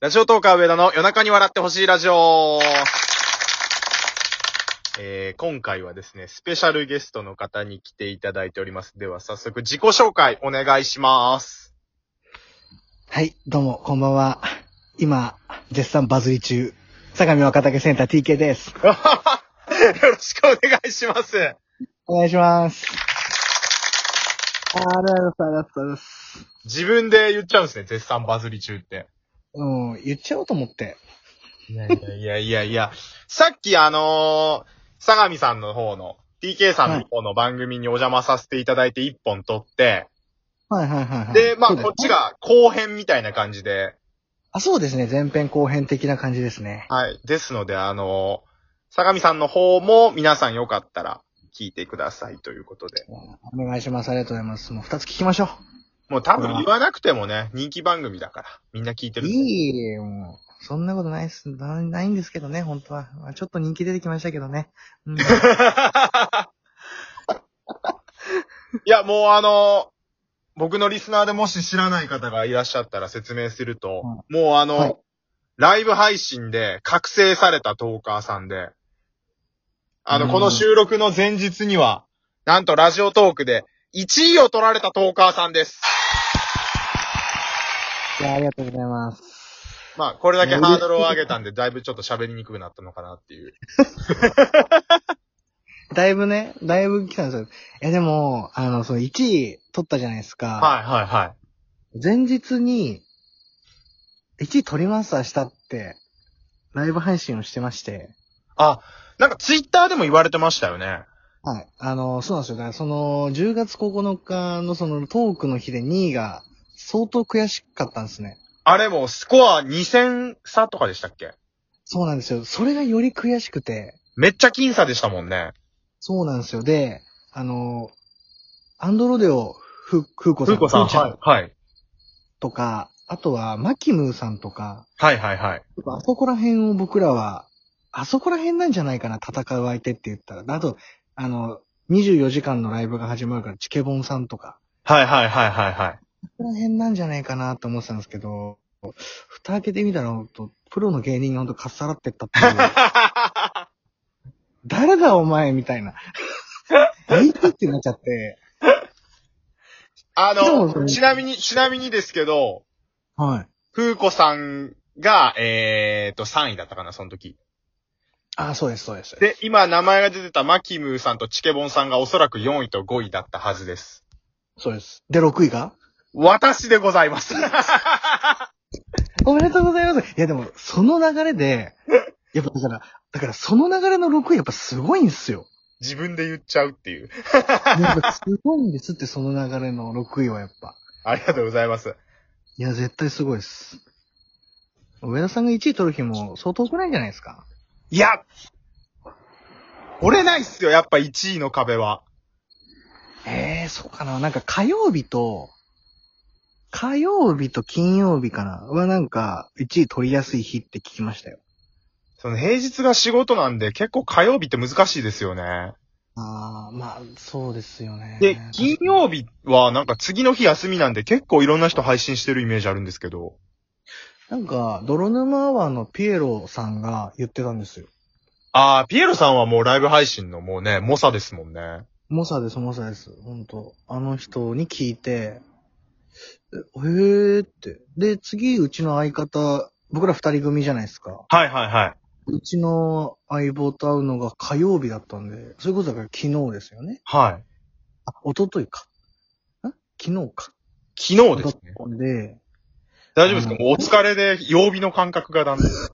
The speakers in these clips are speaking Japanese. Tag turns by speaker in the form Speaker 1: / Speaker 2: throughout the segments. Speaker 1: ラジオトーカー上田の夜中に笑ってほしいラジオ。えー、今回はですね、スペシャルゲストの方に来ていただいております。では早速自己紹介お願いします。
Speaker 2: はい、どうも、こんばんは。今、絶賛バズり中、相模若竹センター TK です。
Speaker 1: よろしくお願いします。
Speaker 2: お願いします。あーありがとうございます、ありがとうございます。
Speaker 1: 自分で言っちゃうんですね、絶賛バズり中って。
Speaker 2: うん、言っちゃおうと思って。
Speaker 1: いやいやいやいやいや、さっきあのー、相模さんの方の、TK さんの方の番組にお邪魔させていただいて一本撮って、
Speaker 2: はいはいはい、はい。
Speaker 1: で、ま
Speaker 2: そ
Speaker 1: あ
Speaker 2: うす
Speaker 1: こっち。が後編みたいな感じで、
Speaker 2: あ、そうですね。前編後編的な感じですね。
Speaker 1: はい。ですので、あの、相模さんの方も皆さんよかったら聞いてくださいということで。
Speaker 2: お願いします。ありがとうございます。もう二つ聞きましょ
Speaker 1: もう多分言わなくてもね、人気番組だから、みんな聞いて
Speaker 2: う。
Speaker 1: る。
Speaker 2: いい、もう。そんなことないっす。なないんですけどね、本当は。まあちょっと人気出てきましたけどね。うん、
Speaker 1: いや、もうあの、僕のリスナーでもし知らない方がいらっしゃったら説明すると、もうあの、
Speaker 2: はい
Speaker 1: ライブ配信で覚醒されたトーカーさんで、あの、
Speaker 2: うん
Speaker 1: この収録の前日には、なんとラジオトークで1位を取られたトーカーさんです。
Speaker 2: いや、ありがとうございます。
Speaker 1: まあ、これだけハードルを上げたんで、だいぶちょっと喋りにくくなったのかなっていう。
Speaker 2: だいぶね、だいぶ来たんですよ。え、でも、あの、その1位取ったじゃないですか。
Speaker 1: いはいは
Speaker 2: 前日に、1位取ります明日って、ライブ配信をしてまして。
Speaker 1: い。なんかツイッターでも言われてましたよね。
Speaker 2: はい。あの、そうなんですよ。だからその、10月9日のそのトークの日で2位が、相当悔しかったんですね。
Speaker 1: あれもスコア2000差とかでしたっけ
Speaker 2: そうなんですよ。それがより悔しくて、
Speaker 1: めっちゃ僅差でしたもんね。
Speaker 2: そうなんですよ。で、あの、アンドロデオ、ふ、ふうこさん。ふーちゃ
Speaker 1: は
Speaker 2: ん
Speaker 1: い。はい。
Speaker 2: とか、あとは、マキムーさんとか、
Speaker 1: はいはいはい。
Speaker 2: あそこら辺を僕らは、あそこら辺なんじゃないかな、戦う相手って言ったら。あと、あの、24時間のライブが始まるから、チケボンさんとか、
Speaker 1: はいはいはいはいはい。
Speaker 2: ここら辺なんじゃないかなと思ってたんですけど、蓋開けてみたら、ほんとプロの芸人がほんとかっさらってったって いう。誰だお前みたいな。いいってなっちゃって。
Speaker 1: あ
Speaker 2: そうそう
Speaker 1: の、ちなみに、ちなみにですけど、
Speaker 2: はい。
Speaker 1: 風子さんが、えーと、3位だったかな、その時。
Speaker 2: あ、そうです、そうです。
Speaker 1: で、今名前が出てたマキムーさんとチケボンさんがおそらく4位と5位だったはずです。
Speaker 2: そうです。で、6位が
Speaker 1: 私でござい ます。
Speaker 2: おめでとうございます。いや、でも、その流れで、やっぱだから、だからその流れの6位やっぱすごいんですよ。
Speaker 1: 自分で言っちゃうっていう。
Speaker 2: やっぱすごいんですって、その流れの6位はやっぱ。
Speaker 1: ありがとうございます。
Speaker 2: いや、絶対すごいです。上田さんが1位取る日も相当多くないんじゃないですか
Speaker 1: いや折れないっすよ、やっぱ1位の壁は。
Speaker 2: ええー、そうかな。なんか火曜日と、火曜日と金曜日かなはなんか1位取りやすい日って聞きましたよ。
Speaker 1: その平日が仕事なんで結構火曜日って難しいですよね。
Speaker 2: ああ、まあ、そうですよね。
Speaker 1: で、金曜日はなんか次の日休みなんで結構いろんな人配信してるイメージあるんですけど。
Speaker 2: なんか、泥沼アワーのピエロさんが言ってたんですよ。
Speaker 1: あー、ピエロさんはもうライブ配信のもうね、猛者ですもんね。
Speaker 2: モサです、モサです。本当あの人に聞いて、えへえーって。で、次、うちの相方、僕ら二人組じゃないですか。
Speaker 1: はいはいは
Speaker 2: うちの相棒と会うのが火曜日だったんで、そういうことだから昨日ですよね。
Speaker 1: い。はい。
Speaker 2: あ、一昨日か。ん昨日か。
Speaker 1: 昨日ですね。
Speaker 2: だったんで、
Speaker 1: 大丈夫ですか
Speaker 2: うん
Speaker 1: もうお疲れで曜日の感覚がだんだん。
Speaker 2: そ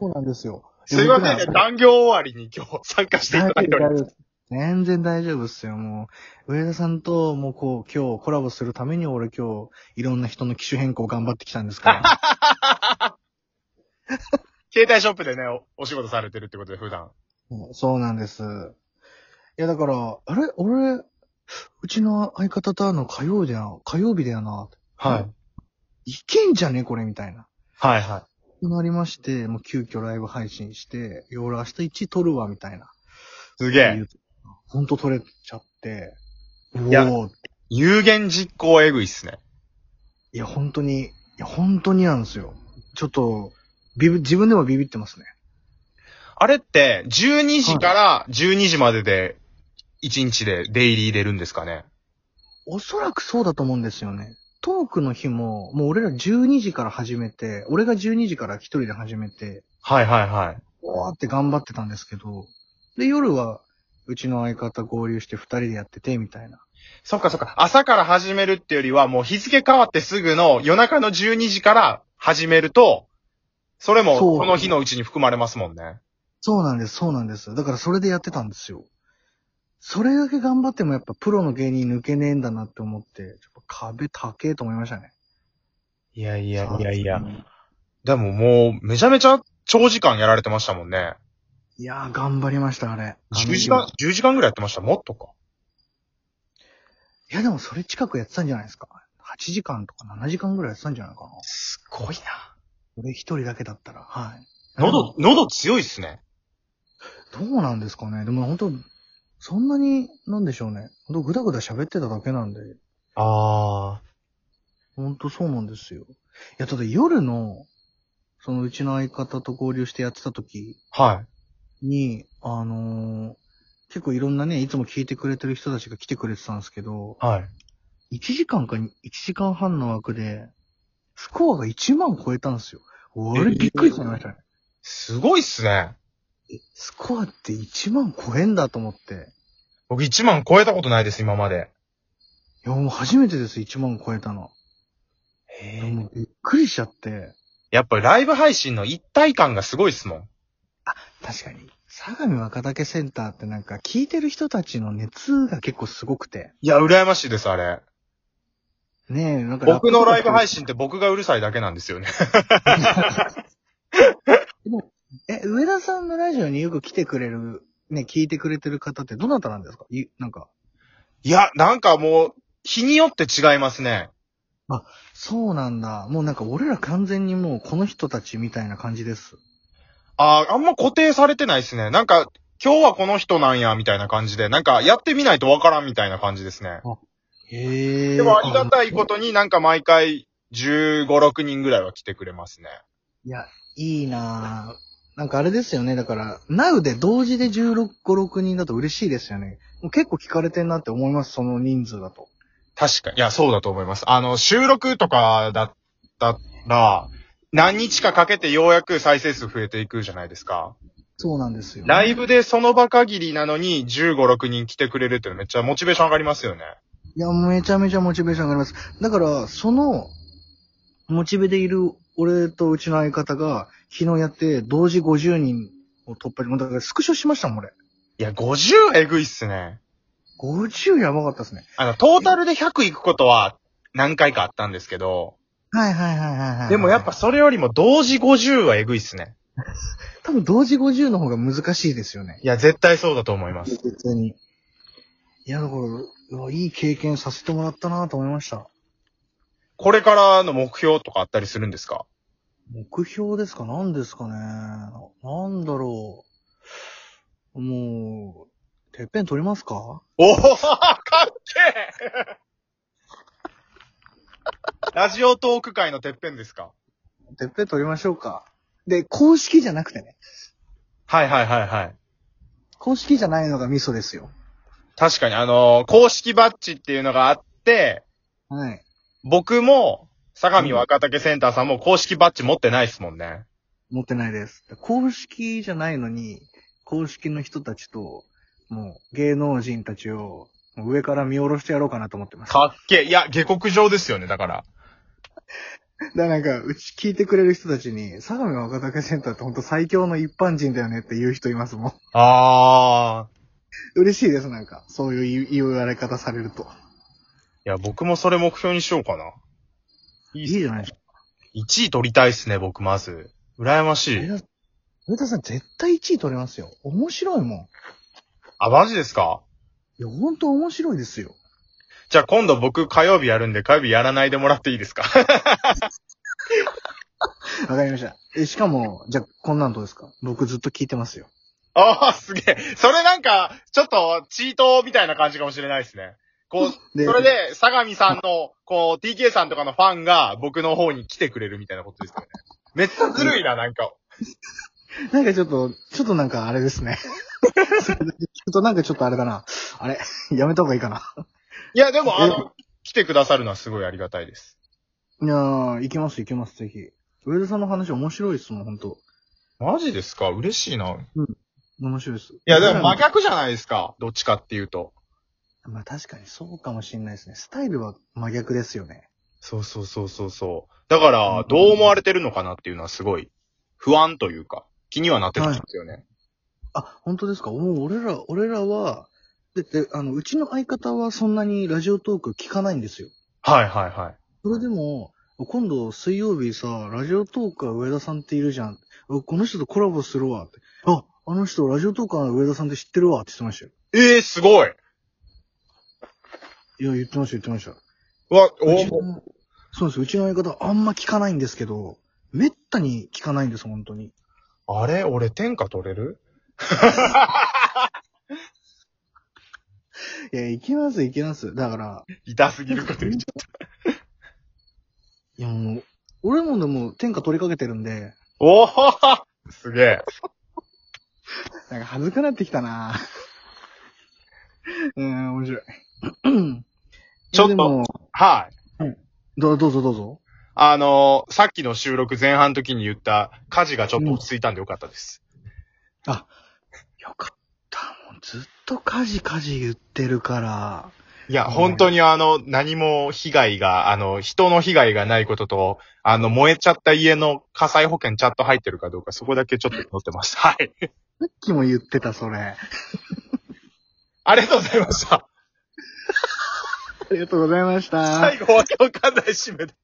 Speaker 2: うなんですよ。
Speaker 1: すいませんね、
Speaker 2: 僕ら
Speaker 1: 残業終わりに今日参加していただいております。
Speaker 2: 全然大丈夫っすよ、もう。上田さんと、もうこう、今日コラボするために俺今日、いろんな人の機種変更頑張ってきたんですから。
Speaker 1: 携帯ショップでね、おお仕事されてるってことで普段。
Speaker 2: もうそうなんです。いや、だから、あれ俺、うちの相方と会うの火曜日だよな。火曜日だよな。はい。いけんじゃねこれみたいな。
Speaker 1: はいは
Speaker 2: なりまして、もう急遽ライブ配信して、いや俺明日1取るわ、みたいな。
Speaker 1: い。すげえ。
Speaker 2: ほんと取れちゃって。うお
Speaker 1: いや
Speaker 2: ー
Speaker 1: 有言実行エグいっすね。
Speaker 2: いや、本当に、いや、本当になんですよ。ちょっと、ビビ、自分でもビビってますね。
Speaker 1: あれって、12時から12時までで、1日でデイリー出るんですかね。
Speaker 2: おそらくそうだと思うんですよね。トークの日も、もう俺ら12時から始めて、俺が12時から一人で始めて、
Speaker 1: はいはいはい。
Speaker 2: わーって頑張ってたんですけど、で、夜は、うちの相方合流して二人でやってて、みたいな。
Speaker 1: そっかそっか。朝から始めるってよりは、もう日付変わってすぐの夜中の12時から始めると、それも
Speaker 2: そう
Speaker 1: この日のうちに含まれますもんね。
Speaker 2: そうなんです、そうなんです。だからそれでやってたんですよ。それだけ頑張ってもやっぱプロの芸人抜けねえんだなって思って、やっぱ壁高えと思いましたね。
Speaker 1: いやい
Speaker 2: い
Speaker 1: やいやいや。。でももう、めちゃめちゃ長時間やられてましたもんね。
Speaker 2: いやー、頑張りました、あれ。
Speaker 1: 10時間
Speaker 2: あの、
Speaker 1: 10時間ぐらいやってました。もっとか。
Speaker 2: いや、でもそれ近くやってたんじゃないですか。8時間とか7時間ぐらいやってたんじゃないかな。
Speaker 1: すごい
Speaker 2: 俺一人だけだったら、はい。
Speaker 1: 喉、喉強いっすね。
Speaker 2: どうなんですかね。でも本当そんなに、なんでしょうね。本当ぐだぐだ喋ってただけなんで、
Speaker 1: あ
Speaker 2: 本当そうなんですよ。いや、ただ夜の、そのうちの相方と合流してやってた時
Speaker 1: あ。はい。
Speaker 2: に、あのー結構いろんなね、いつも聞いてくれてる人たちが来てくれてたんですけど、
Speaker 1: はい。
Speaker 2: 1時間かに1時間半の枠で、スコアが1万超えたんですよ。俺びっくりしましたね。
Speaker 1: すごいっすね。
Speaker 2: えスコアって1万超えんだと思って。
Speaker 1: 僕1万超えたことないです、今まで。
Speaker 2: いや、もう初めてです、1万超えたの。
Speaker 1: へ
Speaker 2: もうびっくりしちゃって。
Speaker 1: やっぱりライブ配信の一体感がすごいっすもん。
Speaker 2: 確かに。相模若竹センターってなんか聞いてる人たちの熱が結構すごくて。
Speaker 1: いや、羨ましいです、あれ。
Speaker 2: ねえ、なんか
Speaker 1: 僕のライブ配
Speaker 2: 信。
Speaker 1: 信って僕がうるさいだけなんですよね。
Speaker 2: え、上田さんのラジオによく来てくれる、ね、聞いてくれてる方ってどなたなんですかいなんか。
Speaker 1: いや、なんかもう、日によって違いますね。
Speaker 2: そうなんだ。もうなんか俺ら完全にもうこの人たちみたいな感じです。
Speaker 1: ああ、あんま固定されてないですね。なんか、今日はこの人なんや、みたいな感じで、なんか、やってみないとわからんみたいな感じですね。
Speaker 2: へえ。
Speaker 1: でもありがたいことになんか毎回15、6人ぐらいは来てくれますね。
Speaker 2: いや、いいなぁ。なんかあれですよね。だから、Now で同時で16、5、6人だと嬉しいですよね。もう結構聞かれてんなって思います、その人数だと。
Speaker 1: 確かに。いや、そうだと思います。あの、収録とかだったら、何日かかけてようやく再生数増えていくじゃないですか。
Speaker 2: そうなんですよ、
Speaker 1: ライ
Speaker 2: ブ
Speaker 1: ブでその場限りなのに15、6人来てくれるっていうのめっちゃモチベーション上がりますよね。
Speaker 2: いや、めちゃめちゃモチベーション上がります。だから、その、モチベでいる俺とうちの相方が、昨日やって、同時50人を突破し、もうだからスクショしましたもん、俺。
Speaker 1: いや、50えぐいっすね。
Speaker 2: 50やばかったですね。
Speaker 1: あの、トータルで100いくことは何回かあったんですけど、
Speaker 2: はいはいはいはい、はい。
Speaker 1: でもやっぱ、それよりも同時50はえぐいっすね。
Speaker 2: 多分同時50の方が難しいですよね。
Speaker 1: いや、絶対そうだと思います。
Speaker 2: 普通に。いや、だから、うわいい経験させてもらったなと思いました。
Speaker 1: これからの目標とかあったりするんですか
Speaker 2: 目標ですか何ですかねなんだろう。もう、てっぺん取りますか
Speaker 1: おおかっけえラジオトーク界のてっぺんですか
Speaker 2: てっぺん取りましょうか。で、公式じゃなくてね。
Speaker 1: はいはいはいはい。
Speaker 2: 公式じゃないのがミソですよ。
Speaker 1: 確かにあのー公式バッジっていうのがあって、
Speaker 2: はい。
Speaker 1: 僕も、相模若竹センターさんも公式バッジ持ってないですもんね。
Speaker 2: 持ってないです。公式じゃないのに、公式の人たちと、もう、芸能人たちを、もう上から見下ろしてやろうかなと思ってます。
Speaker 1: かっけえ。いや、下克上ですよね、だから。
Speaker 2: だからなんか、うち聞いてくれる人たちに、相模若竹センターってほんと最強の一般人だよねって言う人いますもん。
Speaker 1: あー。
Speaker 2: 嬉しいです、なんか。そういう言い言われ方されると。
Speaker 1: いや、僕もそれ目標にしようかな。い
Speaker 2: いいじゃないですか。
Speaker 1: 1位取りたいっすね、僕まず。羨ましい。
Speaker 2: 上田上田さん絶対1位取れますよ。面白いもん。い
Speaker 1: あ、マジですか
Speaker 2: や、ほんと面白いですよ。
Speaker 1: じゃあ今度僕火曜日やるんで火曜日やらないでもらっていいですか
Speaker 2: わかりました。え、しかも、じゃあ、こんなんどうですか僕ずっと聞いてますよ。
Speaker 1: ああ、すげえ。それなんか、ちょっと、チートみたいな感じかもしれないですね。こう、
Speaker 2: で
Speaker 1: それで、相模さんの、こう、TK さんとかのファンが僕の方に来てくれるみたいなことですよね。めっちゃずるいな、なんか。
Speaker 2: なんかちょっと、ちょっとなんかあれです ね。それだけ聞くとなんかちょっとあれだな。あれやめた方がいいかな。
Speaker 1: いや、でも、あの、来てくださるのはすごいありがたいです。
Speaker 2: いやー、行きます行きます、ぜひ。上田さんの話面白いっすもん、ほんと。
Speaker 1: マジですか嬉しいな。い
Speaker 2: 面白いっす。い
Speaker 1: や、でも真逆じゃないですか。どっちかっていうと。
Speaker 2: まあ確かにそうかもしんないですね。スタイルは真逆ですよね。
Speaker 1: そうそうそうそうそう。だから、どう思われてるのかなっていうのはすごい不安というか、気にはなってたんですよね。
Speaker 2: あ、本当ですかもう俺ら、俺らは、で、で、あの、うちの相方はそんなにラジオトーク聞かないんですよ。
Speaker 1: はい、はい、はい。
Speaker 2: それでも、今度水曜日さ、ラジオトーカー上田さんっているじゃん。あこの人とコラボするわって。あ、あの人ラジオトーカーの上田さんって知ってるわって言ってましたよ。
Speaker 1: ええー、すごい
Speaker 2: いや、言ってました、言ってました。
Speaker 1: うわ、
Speaker 2: うち
Speaker 1: お、
Speaker 2: のそうです。うちの相方あんま聞かないんですけど、めったに聞かないんです、本当に。
Speaker 1: あれ俺天下取れる
Speaker 2: いや、いけます、いけます。だから、
Speaker 1: 痛すぎること言っちゃった。
Speaker 2: いやもう、俺もでも天下取りかけてるんで、
Speaker 1: おおすげえ。
Speaker 2: なんか恥ずかなってきたな うん、面白い。
Speaker 1: ちょっと
Speaker 2: いやでも
Speaker 1: はい。
Speaker 2: ど、どうぞどうぞ。
Speaker 1: あのーさっきの収録前半の時に言った火事がちょっと落ち着いたんでよかったです。
Speaker 2: よかった。もうずっと火事火事言ってるから。
Speaker 1: いや、
Speaker 2: うん
Speaker 1: 本当にあの、何も被害が、あの、人の被害がないことと、あの、燃えちゃった家の火災保険ちゃんと入ってるかどうか、そこだけちょっと載ってます。はい。
Speaker 2: さっきも言ってた、それ。あ
Speaker 1: ありがとうございました。
Speaker 2: りがとうございました。
Speaker 1: 最後わけわかんない締めで。